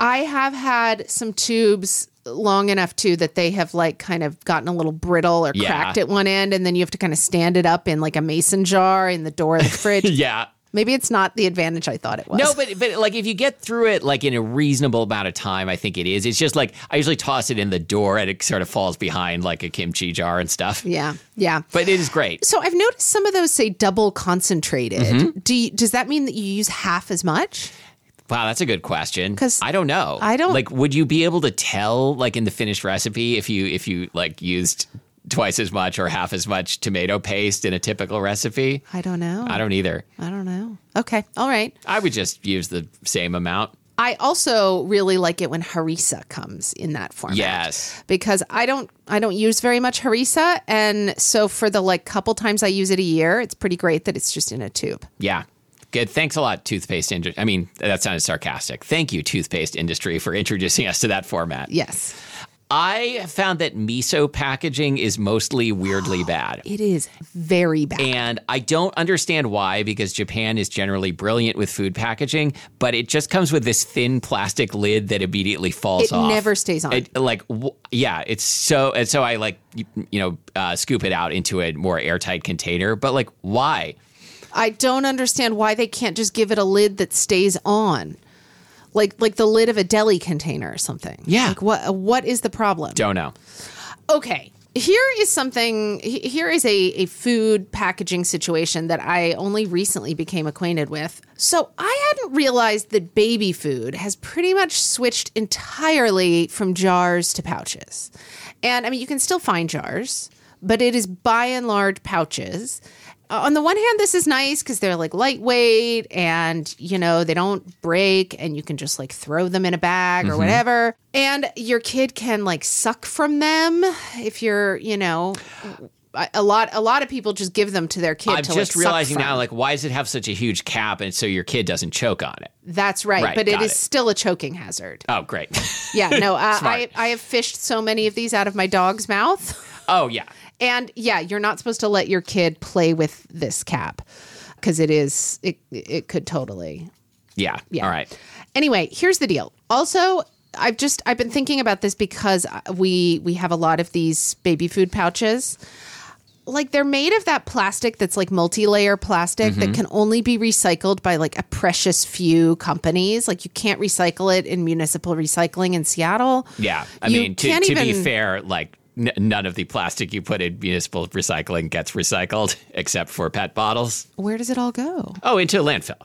S2: I have had some tubes long enough too that they have like kind of gotten a little brittle or
S1: Yeah.
S2: cracked at one end, and then you have to kind of stand it up in like a mason jar in the door of the fridge.
S1: Yeah.
S2: Maybe it's not the advantage I thought it was.
S1: No, but but like if you get through it like in a reasonable amount of time, I think it is. It's just like I usually toss it in the door and it sort of falls behind like a kimchi jar and stuff.
S2: yeah, yeah.
S1: But it is great.
S2: So I've noticed some of those say double concentrated.
S1: Mm-hmm.
S2: Do you, does that mean that you use half as much?
S1: Wow, that's a good question.
S2: 'Cause
S1: I don't know.
S2: I don't-
S1: like. Would you be able to tell like in the finished recipe if you if you like used twice as much or half as much tomato paste in a typical recipe?
S2: I don't know.
S1: I don't either.
S2: I don't know. Okay. All right.
S1: I would just use the same amount.
S2: I also really like it when harissa comes in that format.
S1: Yes.
S2: Because I don't I don't use very much harissa and so for the like couple times I use it a year, it's pretty great that it's just in a tube.
S1: Yeah. Good. Thanks a lot, toothpaste industry. I mean, that sounded sarcastic. Thank you, toothpaste industry, for introducing us to that format.
S2: Yes.
S1: I found that miso packaging is mostly weirdly bad.
S2: It is very bad.
S1: And I don't understand why, because Japan is generally brilliant with food packaging, but it just comes with this thin plastic lid that immediately falls
S2: It
S1: off.
S2: never stays on.
S1: It, like, w- yeah, it's so. And so I like, you, you know, uh, scoop it out into a more airtight container. But like, why?
S2: I don't understand why they can't just give it a lid that stays on. Like like the lid of a deli container or something.
S1: Yeah.
S2: Like what what is the problem?
S1: Don't know.
S2: okay here is something he- here is a, a food packaging situation that i only recently became acquainted with so i hadn't realized that baby food has pretty much switched entirely from jars to pouches and i mean you can still find jars but it is by and large pouches Uh, on the one hand this is nice because they're like lightweight and you know they don't break and you can just like throw them in a bag
S1: Mm-hmm.
S2: or whatever and your kid can like suck from them if you're you know a- a lot a lot of people just give them to their kid
S1: I'm
S2: to
S1: just
S2: like,
S1: realizing
S2: suck from.
S1: now, like, why does it have such a huge cap, and so your kid doesn't choke on it?
S2: that's right,
S1: Right,
S2: but it
S1: got
S2: is
S1: it.
S2: still a choking hazard
S1: Oh, great.
S2: yeah no uh,
S1: Smart.
S2: I, I have fished so many of these out of my dog's mouth
S1: oh, yeah.
S2: And yeah, you're not supposed to let your kid play with this cap because it is it it could totally.
S1: yeah,
S2: Yeah.
S1: All right.
S2: Anyway, here's the deal. Also, I've just I've been thinking about this because uh, we we have a lot of these baby food pouches. Like they're made of that plastic that's like multi-layer plastic
S1: Mm-hmm.
S2: that can only be recycled by like a precious few companies. Like you can't recycle it in municipal recycling in Seattle.
S1: Yeah, I
S2: You
S1: mean, to,
S2: can't
S1: to be
S2: even-
S1: fair, like n- none of the plastic you put in municipal recycling gets recycled, except for pet bottles.
S2: Where does it all go?
S1: Oh, into a landfill.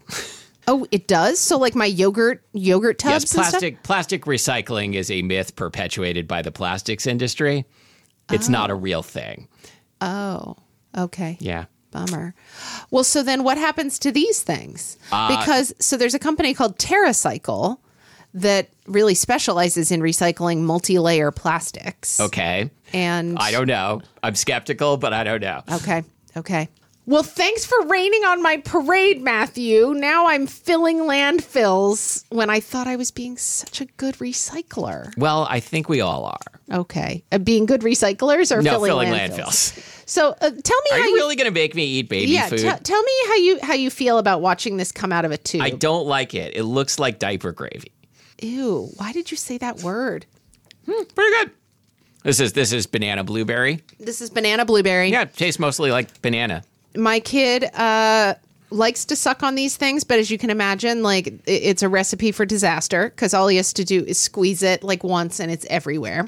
S2: Oh, it does. So like my yogurt yogurt tubs
S1: yes,
S2: and stuff?
S1: plastic plastic recycling is a myth perpetuated by the plastics industry. It's not a real thing.
S2: Oh, okay.
S1: Yeah.
S2: Bummer. Well, so then what happens to these things?
S1: Uh,
S2: because so there's a company called TerraCycle that really specializes in recycling multi-layer plastics.
S1: Okay.
S2: And
S1: I don't know. I'm skeptical, but I don't know.
S2: Okay. Okay. Well, thanks for raining on my parade, Matthew. Now I'm filling landfills when I thought I was being such a good recycler.
S1: Well, I think we all are.
S2: Okay. Uh, being good recyclers or
S1: No,
S2: filling,
S1: filling
S2: landfills.
S1: landfills.
S2: So, uh, tell me
S1: Are
S2: how
S1: you
S2: you
S1: really going to make me eat baby
S2: yeah,
S1: food?
S2: te- tell me how you how you feel about watching this come out of a tube.
S1: I don't like it. It looks like diaper gravy.
S2: Ew! Why did you say that word?
S1: Pretty good. This is this is banana blueberry.
S2: This is banana blueberry.
S1: Yeah, it tastes mostly like banana.
S2: My kid uh, likes to suck on these things, but as you can imagine, like i- it's a recipe for disaster because all he has to do is squeeze it like once, and it's everywhere.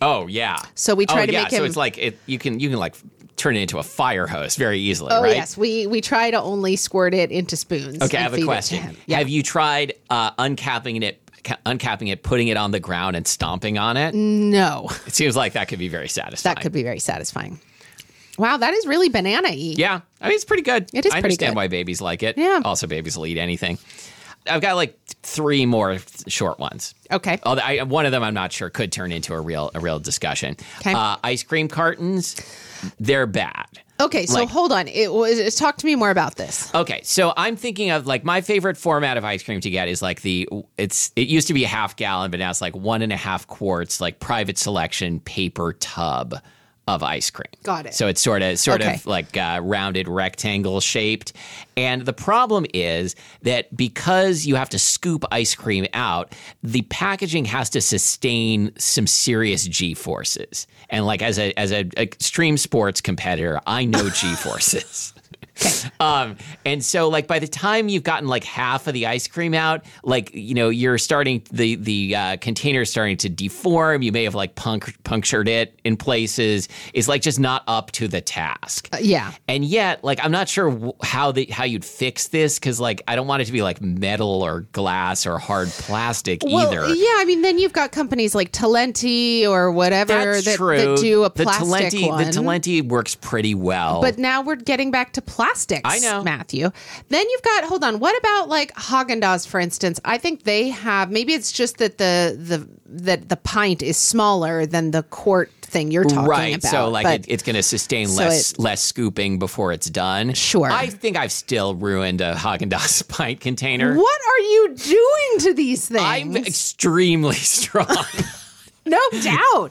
S1: Oh yeah.
S2: So we try
S1: oh,
S2: to
S1: yeah.
S2: make
S1: So
S2: him-
S1: it's like it, you can you can like turn it into a fire hose very easily,
S2: Oh
S1: right?
S2: yes, we we try to only squirt it into spoons.
S1: Okay,
S2: and
S1: I have
S2: feed it to
S1: a question.
S2: him. Yeah.
S1: Have you tried uh, uncapping it, ca- uncapping it, putting it on the ground, and stomping on it?
S2: no,
S1: It seems like that could be very satisfying.
S2: that could be very satisfying. Wow, that is really banana y.
S1: Yeah, I mean it's pretty good.
S2: It is
S1: I
S2: pretty
S1: understand
S2: good.
S1: why babies like it.
S2: Yeah.
S1: Also, babies will eat anything. I've got like three more th- short ones.
S2: Okay.
S1: Although I, one of them I'm not sure could turn into a real a real discussion.
S2: 'Kay.
S1: Uh, ice cream cartons, they're bad.
S2: Okay, so
S1: Like-
S2: hold on. It was talk to me more about this.
S1: Okay, so I'm thinking of like my favorite format of ice cream to get is like the it's it used to be a half gallon, but now it's like one and a half quarts, like private selection paper tub of ice cream.
S2: Got it.
S1: So it's sort of sort
S2: Okay.
S1: of like uh, rounded rectangle shaped, and the problem is that because you have to scoop ice cream out, the packaging has to sustain some serious G forces, and like as a as a extreme sports competitor, I know G forces. Um, and so like by the time you've gotten like half of the ice cream out, like you know you're starting the the uh, container is starting to deform. You may have like punk- punctured it in places. It's like just not up to the task.
S2: Uh, Yeah.
S1: And yet, like, I'm not sure w- how the how you'd fix this because, like, I don't want it to be like metal or glass or hard plastic either.
S2: Well, e-, yeah, I mean, then you've got companies like Talenti or whatever
S1: That's
S2: that,
S1: true.
S2: that do a
S1: the
S2: plastic
S1: Talenti,
S2: one.
S1: The Talenti works pretty well.
S2: but now we're getting back to plastics.
S1: I know.
S2: Matthew. Then you've got hold on. What about like Haagen Dazs, for instance? I think they have. Maybe it's just that the the that the pint is smaller than the quart thing you're talking
S1: right
S2: about.
S1: so like
S2: but-
S1: it, it's going to sustain
S2: So
S1: less less scooping before it's done
S2: Sure.
S1: i think i've still ruined a haagen-dazs pint container
S2: what are you doing to these things?
S1: i'm extremely strong
S2: no doubt.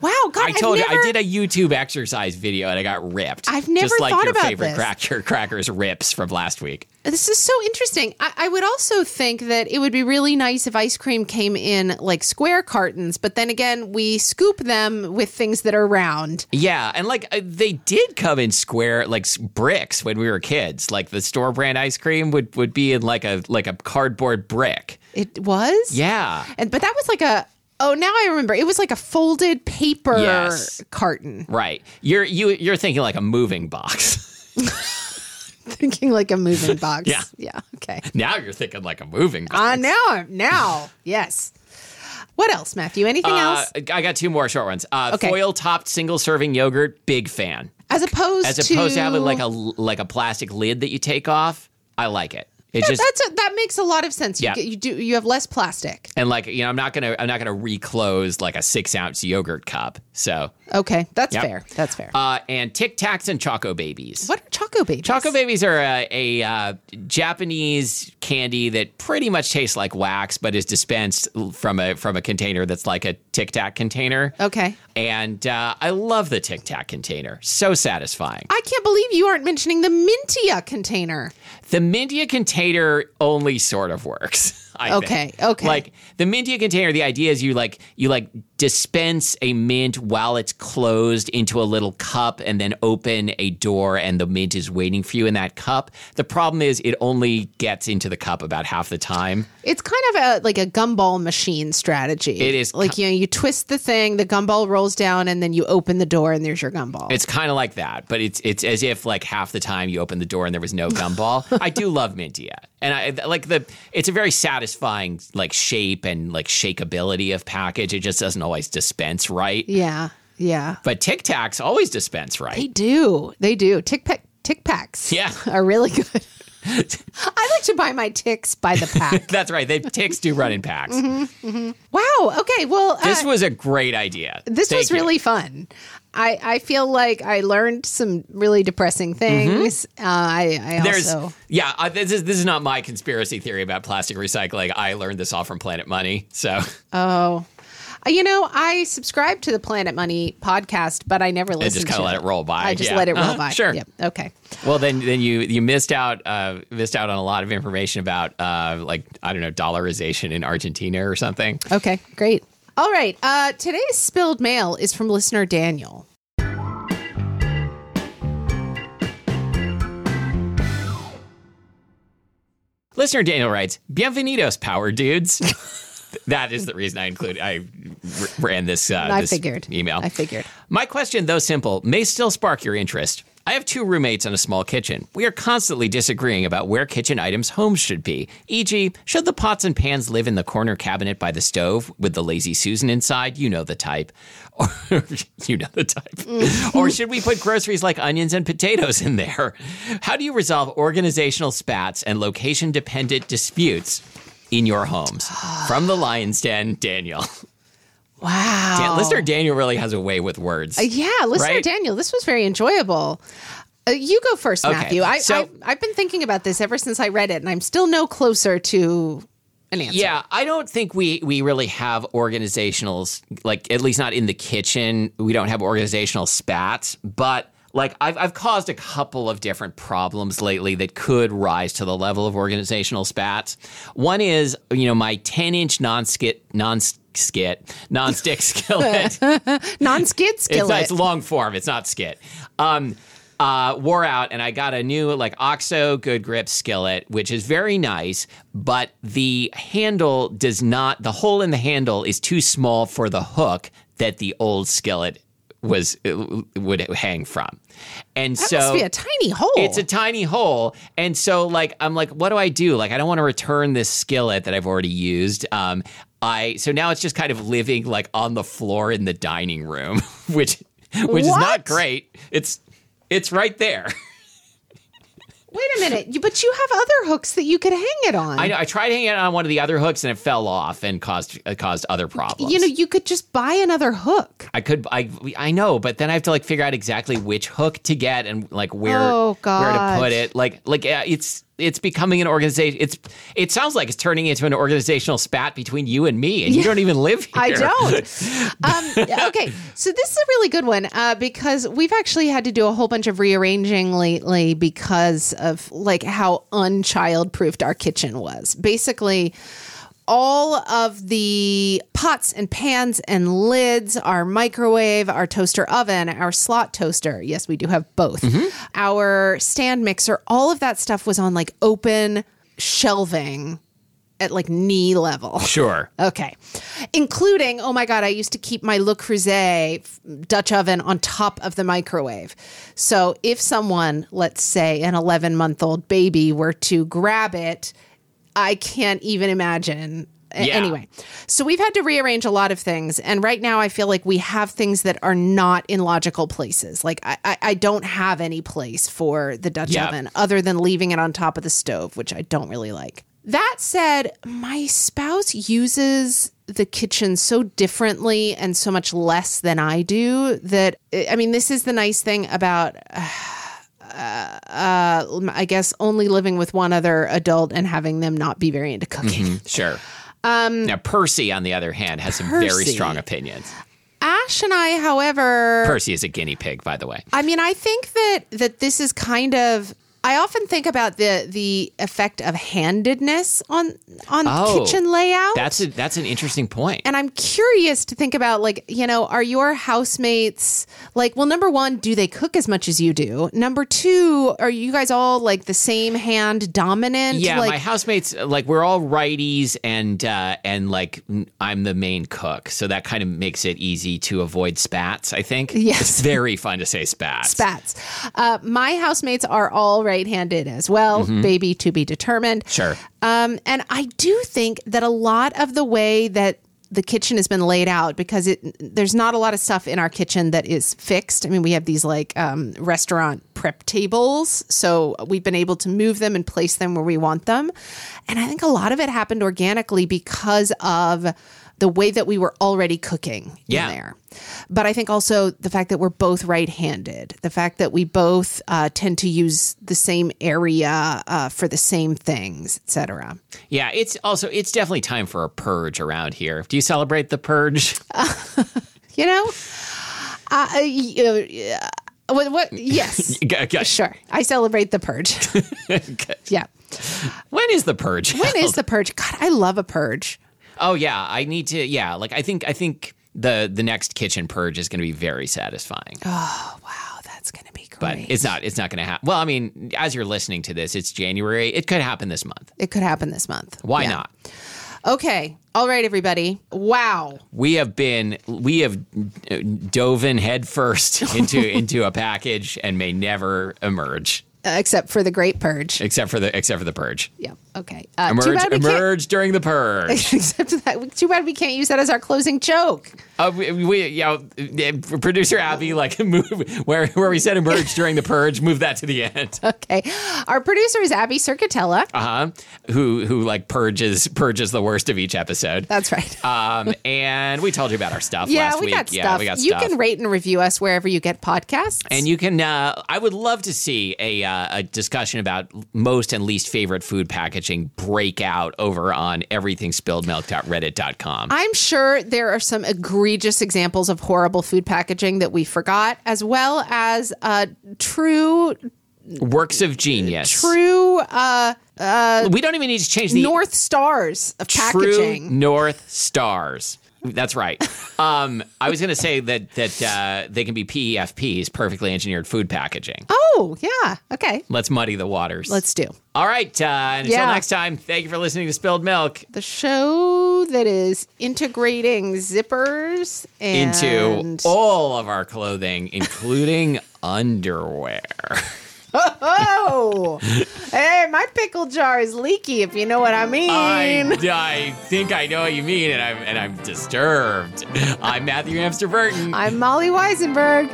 S2: Wow, God,
S1: i told
S2: have
S1: you i
S2: never,
S1: did a youtube exercise video and i got ripped
S2: I've never
S1: just like
S2: thought
S1: your
S2: about
S1: favorite
S2: this.
S1: cracker crackers rips from last week
S2: This is so interesting. I, I would also think that it would be really nice if ice cream came in like square cartons, but then again, we scoop them with things that are round.
S1: yeah, and like uh, they did come in square like s- bricks when we were kids. Like the store brand ice cream would, would be in like a like a cardboard brick.
S2: It was?
S1: Yeah.
S2: And but that was like a oh now I remember. It was like a folded paper
S1: Yes.
S2: carton.
S1: Right. You're you you're thinking like a moving box.
S2: Thinking like a moving box.
S1: Yeah.
S2: Yeah. Okay.
S1: Now you're thinking like a moving box.
S2: Uh now I'm now. Yes. What else, Matthew? Anything
S1: Uh,
S2: else?
S1: I got two more short ones. Uh,
S2: Okay.
S1: Foil topped single serving yogurt, big fan.
S2: As opposed
S1: As
S2: to
S1: opposed to having like a like a plastic lid that you take off, I like it. It just
S2: that's a, that makes a lot of sense. You,
S1: Yeah.
S2: get, you do you have less plastic.
S1: and like you know, I'm not gonna I'm not gonna reclose like a six ounce yogurt cup. So
S2: Okay, that's
S1: Yep.
S2: fair. That's fair.
S1: uh, and Tic Tacs and Choco Babies.
S2: What are Choco Babies?
S1: Choco babies are a, a uh, Japanese candy that pretty much tastes like wax, but is dispensed from a from a container that's like a Tic Tac container.
S2: Okay.
S1: And uh, I love the Tic Tac container; so satisfying.
S2: I can't believe you aren't mentioning the Mintia container.
S1: The Mindia container only sort of works. I think.
S2: Okay, okay.
S1: Like the Mindia container, the idea is you like you like dispense a mint while it's closed into a little cup, and then open a door, and the mint is waiting for you in that cup. The problem is it only gets into the cup about half the time.
S2: It's kind of a like a gumball machine strategy.
S1: It is
S2: like you know you twist the thing, the gumball rolls down, and then you open the door, and there's your gumball.
S1: It's kind of like that, but it's it's as if like half the time you open the door and there was no gumball. I do love Mintia, and I th- like the. It's a very satisfying like shape and like shakeability of package. It just doesn't always dispense right,
S2: yeah, yeah.
S1: but Tic Tacs always dispense
S2: They
S1: right.
S2: do. They do. Tick pack. Tick packs.
S1: Yeah.
S2: are really good. I like to buy my ticks by the pack.
S1: That's right. They ticks do run in packs.
S2: wow. Okay. Well, uh,
S1: This was a great idea.
S2: this
S1: Thank
S2: was
S1: you.
S2: really fun. I, I feel like I learned some really depressing things. Uh, I, I
S1: Mm-hmm. There's
S2: also
S1: yeah. Uh, this is this is not my conspiracy theory about plastic recycling. I learned this all from Planet Money. So
S2: oh, Uh, you know I subscribe to the Planet Money podcast, but I never listen.
S1: just
S2: to
S1: kinda let it roll by.
S2: I just
S1: Yeah.
S2: let it roll
S1: Uh-huh.
S2: by.
S1: Sure.
S2: Yep. Okay.
S1: Well, then, then you you missed out uh, missed out on a lot of information about uh, like I don't know dollarization in Argentina or something.
S2: Okay. Great. All right. Uh, today's spilled mail is from listener Daniel.
S1: Listener Daniel writes, "Bienvenidos, power dudes." that is the reason I included. I r- ran this. Uh,
S2: I
S1: this
S2: figured.
S1: email.
S2: I figured.
S1: My question, though simple, may still spark your interest. I have two roommates and a small kitchen. We are constantly disagreeing about where kitchen items homes should be. E.g., should the pots and pans live in the corner cabinet by the stove with the lazy Susan inside? You know the type. Or you know the type. or should we put groceries like onions and potatoes in there? How do you resolve organizational spats and location dependent disputes in your homes? From the Lion's Den, Daniel.
S2: Wow.
S1: Dan- Listener Daniel really has a way with words.
S2: Yeah, listener
S1: Right?
S2: Daniel, this was very enjoyable. Uh, you go first, Matthew. I,
S1: so-
S2: I, I've been thinking about this ever since I read it, and I'm still no closer to an answer.
S1: Yeah, I don't think we we really have organizationals like at least not in the kitchen. We don't have organizational spats, but like I've I've caused a couple of different problems lately that could rise to the level of organizational spats. One is you know my ten inch non skit non skit non stick skillet.
S2: Non-skid
S1: It's,
S2: skillet.
S1: not, it's long form. It's not skit. Um, uh, wore out, and I got a new like OXO Good Grip skillet, which is very nice, but the handle does not. The hole in the handle is too small for the hook that the old skillet was uh, would hang from, and
S2: that
S1: so
S2: must be a tiny hole.
S1: it's a tiny hole. And so like I'm like, what do I do? Like I don't want to return this skillet that I've already used. Um I so now it's just kind of living like on the floor in the dining room, which which is
S2: What?
S1: not great. It's it's right there.
S2: Wait a minute, you, but you have other hooks that you could hang it on.
S1: I know I tried hanging it on one of the other hooks and it fell off and caused uh, caused other problems.
S2: You know, you could just buy another hook.
S1: I could I I know, but then I have to like figure out exactly which hook to get and like where
S2: Oh,
S1: where
S2: gosh.
S1: to put it. Like like uh, it's it's becoming an organization. It's it sounds like it's turning into an organizational spat between you and me, and you don't even live here.
S2: I don't. um, okay, so this is a really good one uh, because we've actually had to do a whole bunch of rearranging lately because of like how unchildproofed our kitchen was. Basically, all of the pots and pans and lids, our microwave, our toaster oven, our slot toaster. Yes, we do have both. Our stand mixer, all of that stuff was on like open shelving at like knee level.
S1: Sure.
S2: Okay. Including, oh my God, I used to keep my Le Creuset f- Dutch oven on top of the microwave. So if someone, let's say an 11 month old baby, were to grab it, I can't even imagine. A-
S1: Yeah.
S2: Anyway, so we've had to rearrange a lot of things. And right now, I feel like we have things that are not in logical places. Like, I, I, I don't have any place for the Dutch
S1: Yeah.
S2: oven other than leaving it on top of the stove, which I don't really like. That said, my spouse uses the kitchen so differently and so much less than I do that I mean, this is the nice thing about uh, I guess only living with one other adult and having them not be very into cooking.
S1: Sure. Um, now Percy, on the other hand, has some very
S2: Percy.
S1: strong opinions.
S2: Ash and I, however,
S1: Percy is a guinea pig, by the way.
S2: I mean, I think that that this is kind of. I often think about the the effect of handedness on on
S1: Oh,
S2: kitchen layout.
S1: That's a, that's an interesting point.
S2: and I'm curious to think about like, you know, are your housemates like, well, number one, do they cook as much as you do? Number two, are you guys all like the same hand dominant?
S1: Yeah,
S2: like,
S1: my housemates like we're all righties, and uh, and like n- I'm the main cook, so that kind of makes it easy to avoid spats. I think.
S2: Yes.
S1: it's very fun to say spats.
S2: spats. Uh, my housemates are all right-handed as well. Baby to be determined.
S1: Mm-hmm. Sure.
S2: Um, and I do think that a lot of the way that the kitchen has been laid out because it there's not a lot of stuff in our kitchen that is fixed. I mean, we have these like um, restaurant prep tables, so we've been able to move them and place them where we want them. And I think a lot of it happened organically because of the way that we were already cooking
S1: Yeah.
S2: in there. But I think also the fact that we're both right handed, the fact that we both uh, tend to use the same area uh, for the same things, etc.
S1: Yeah, it's also it's definitely time for a purge around here. Do you celebrate the purge?
S2: You know? Uh, y- uh, what, what? Yes.
S1: G- g-
S2: sure. I celebrate the purge. yeah.
S1: when is the purge?
S2: When is the purge? God, I love a purge.
S1: oh yeah, I need to. Yeah, like I think I think the the next kitchen purge is going to be very satisfying.
S2: Oh,
S1: Oh,
S2: Wow, that's going to be great.
S1: but it's not it's not going to happen. Well, I mean, as you're listening to this, it's January. It could happen this month.
S2: it could happen this month.
S1: Why
S2: Yeah.
S1: not?
S2: Okay. All right, everybody. Wow.
S1: We have been we have uh, dove in headfirst into into a package and may never emerge
S2: Uh, except for the Great Purge.
S1: except for the except for the purge.
S2: Yeah. Okay. Uh, too
S1: Emerge
S2: bad we
S1: emerge during the purge.
S2: can't. Except that, too bad we can't use that as our closing joke.
S1: Uh, we, we you know, eh, producer Abby like move where where we said emerge during the purge, move that to the end.
S2: Okay. Our producer is Abby Circatella.
S1: Uh-huh. Who who like purges purges the worst of each episode.
S2: That's right.
S1: Um and we told you about our stuff
S2: yeah,
S1: last
S2: we
S1: week.
S2: got stuff.
S1: yeah, we got
S2: you
S1: stuff.
S2: can rate and review us wherever you get podcasts.
S1: And you can. Uh, I would love to see a uh, a discussion about most and least favorite food packaging break out over on everythingspilledmilk.reddit.com.
S2: I'm sure there are some egregious examples of horrible food packaging that we forgot, as well as uh, true,
S1: Works of genius.
S2: true uh,
S1: We don't even need to change the
S2: north stars of
S1: true
S2: packaging.
S1: North Stars. That's right. Um, I was going to say that that uh, they can be PEFPs, perfectly engineered food packaging.
S2: Oh, yeah. Okay.
S1: Let's muddy the waters.
S2: Let's do
S1: All right. Uh, and until
S2: Yeah.
S1: next time, thank you for listening to Spilled Milk.
S2: the show that is integrating zippers and
S1: into all of our clothing, including underwear.
S2: oh, hey, my pickle jar is leaky. If you know what I mean.
S1: I, I think I know what you mean, and I'm and I'm disturbed. I'm Matthew Hamster Burton.
S2: I'm Molly Weisenberg.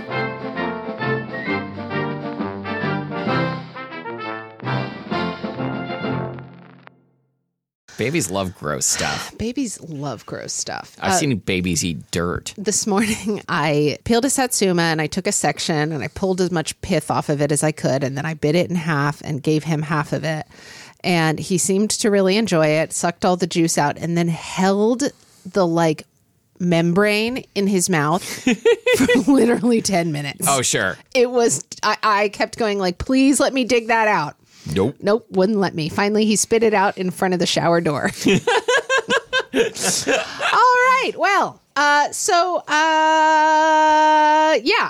S1: Babies love gross stuff.
S2: Babies love gross stuff. Uh,
S1: I've seen babies eat dirt.
S2: this morning I peeled a satsuma and I took a section and I pulled as much pith off of it as I could and then I bit it in half and gave him half of it and he seemed to really enjoy it sucked all the juice out and then held the like membrane in his mouth for literally 10 minutes.
S1: Oh sure.
S2: It was I, I kept going like please let me dig that out.
S1: Nope.
S2: Nope, wouldn't let me. Finally, he spit it out in front of the shower door. All right. Well, uh, so uh, yeah,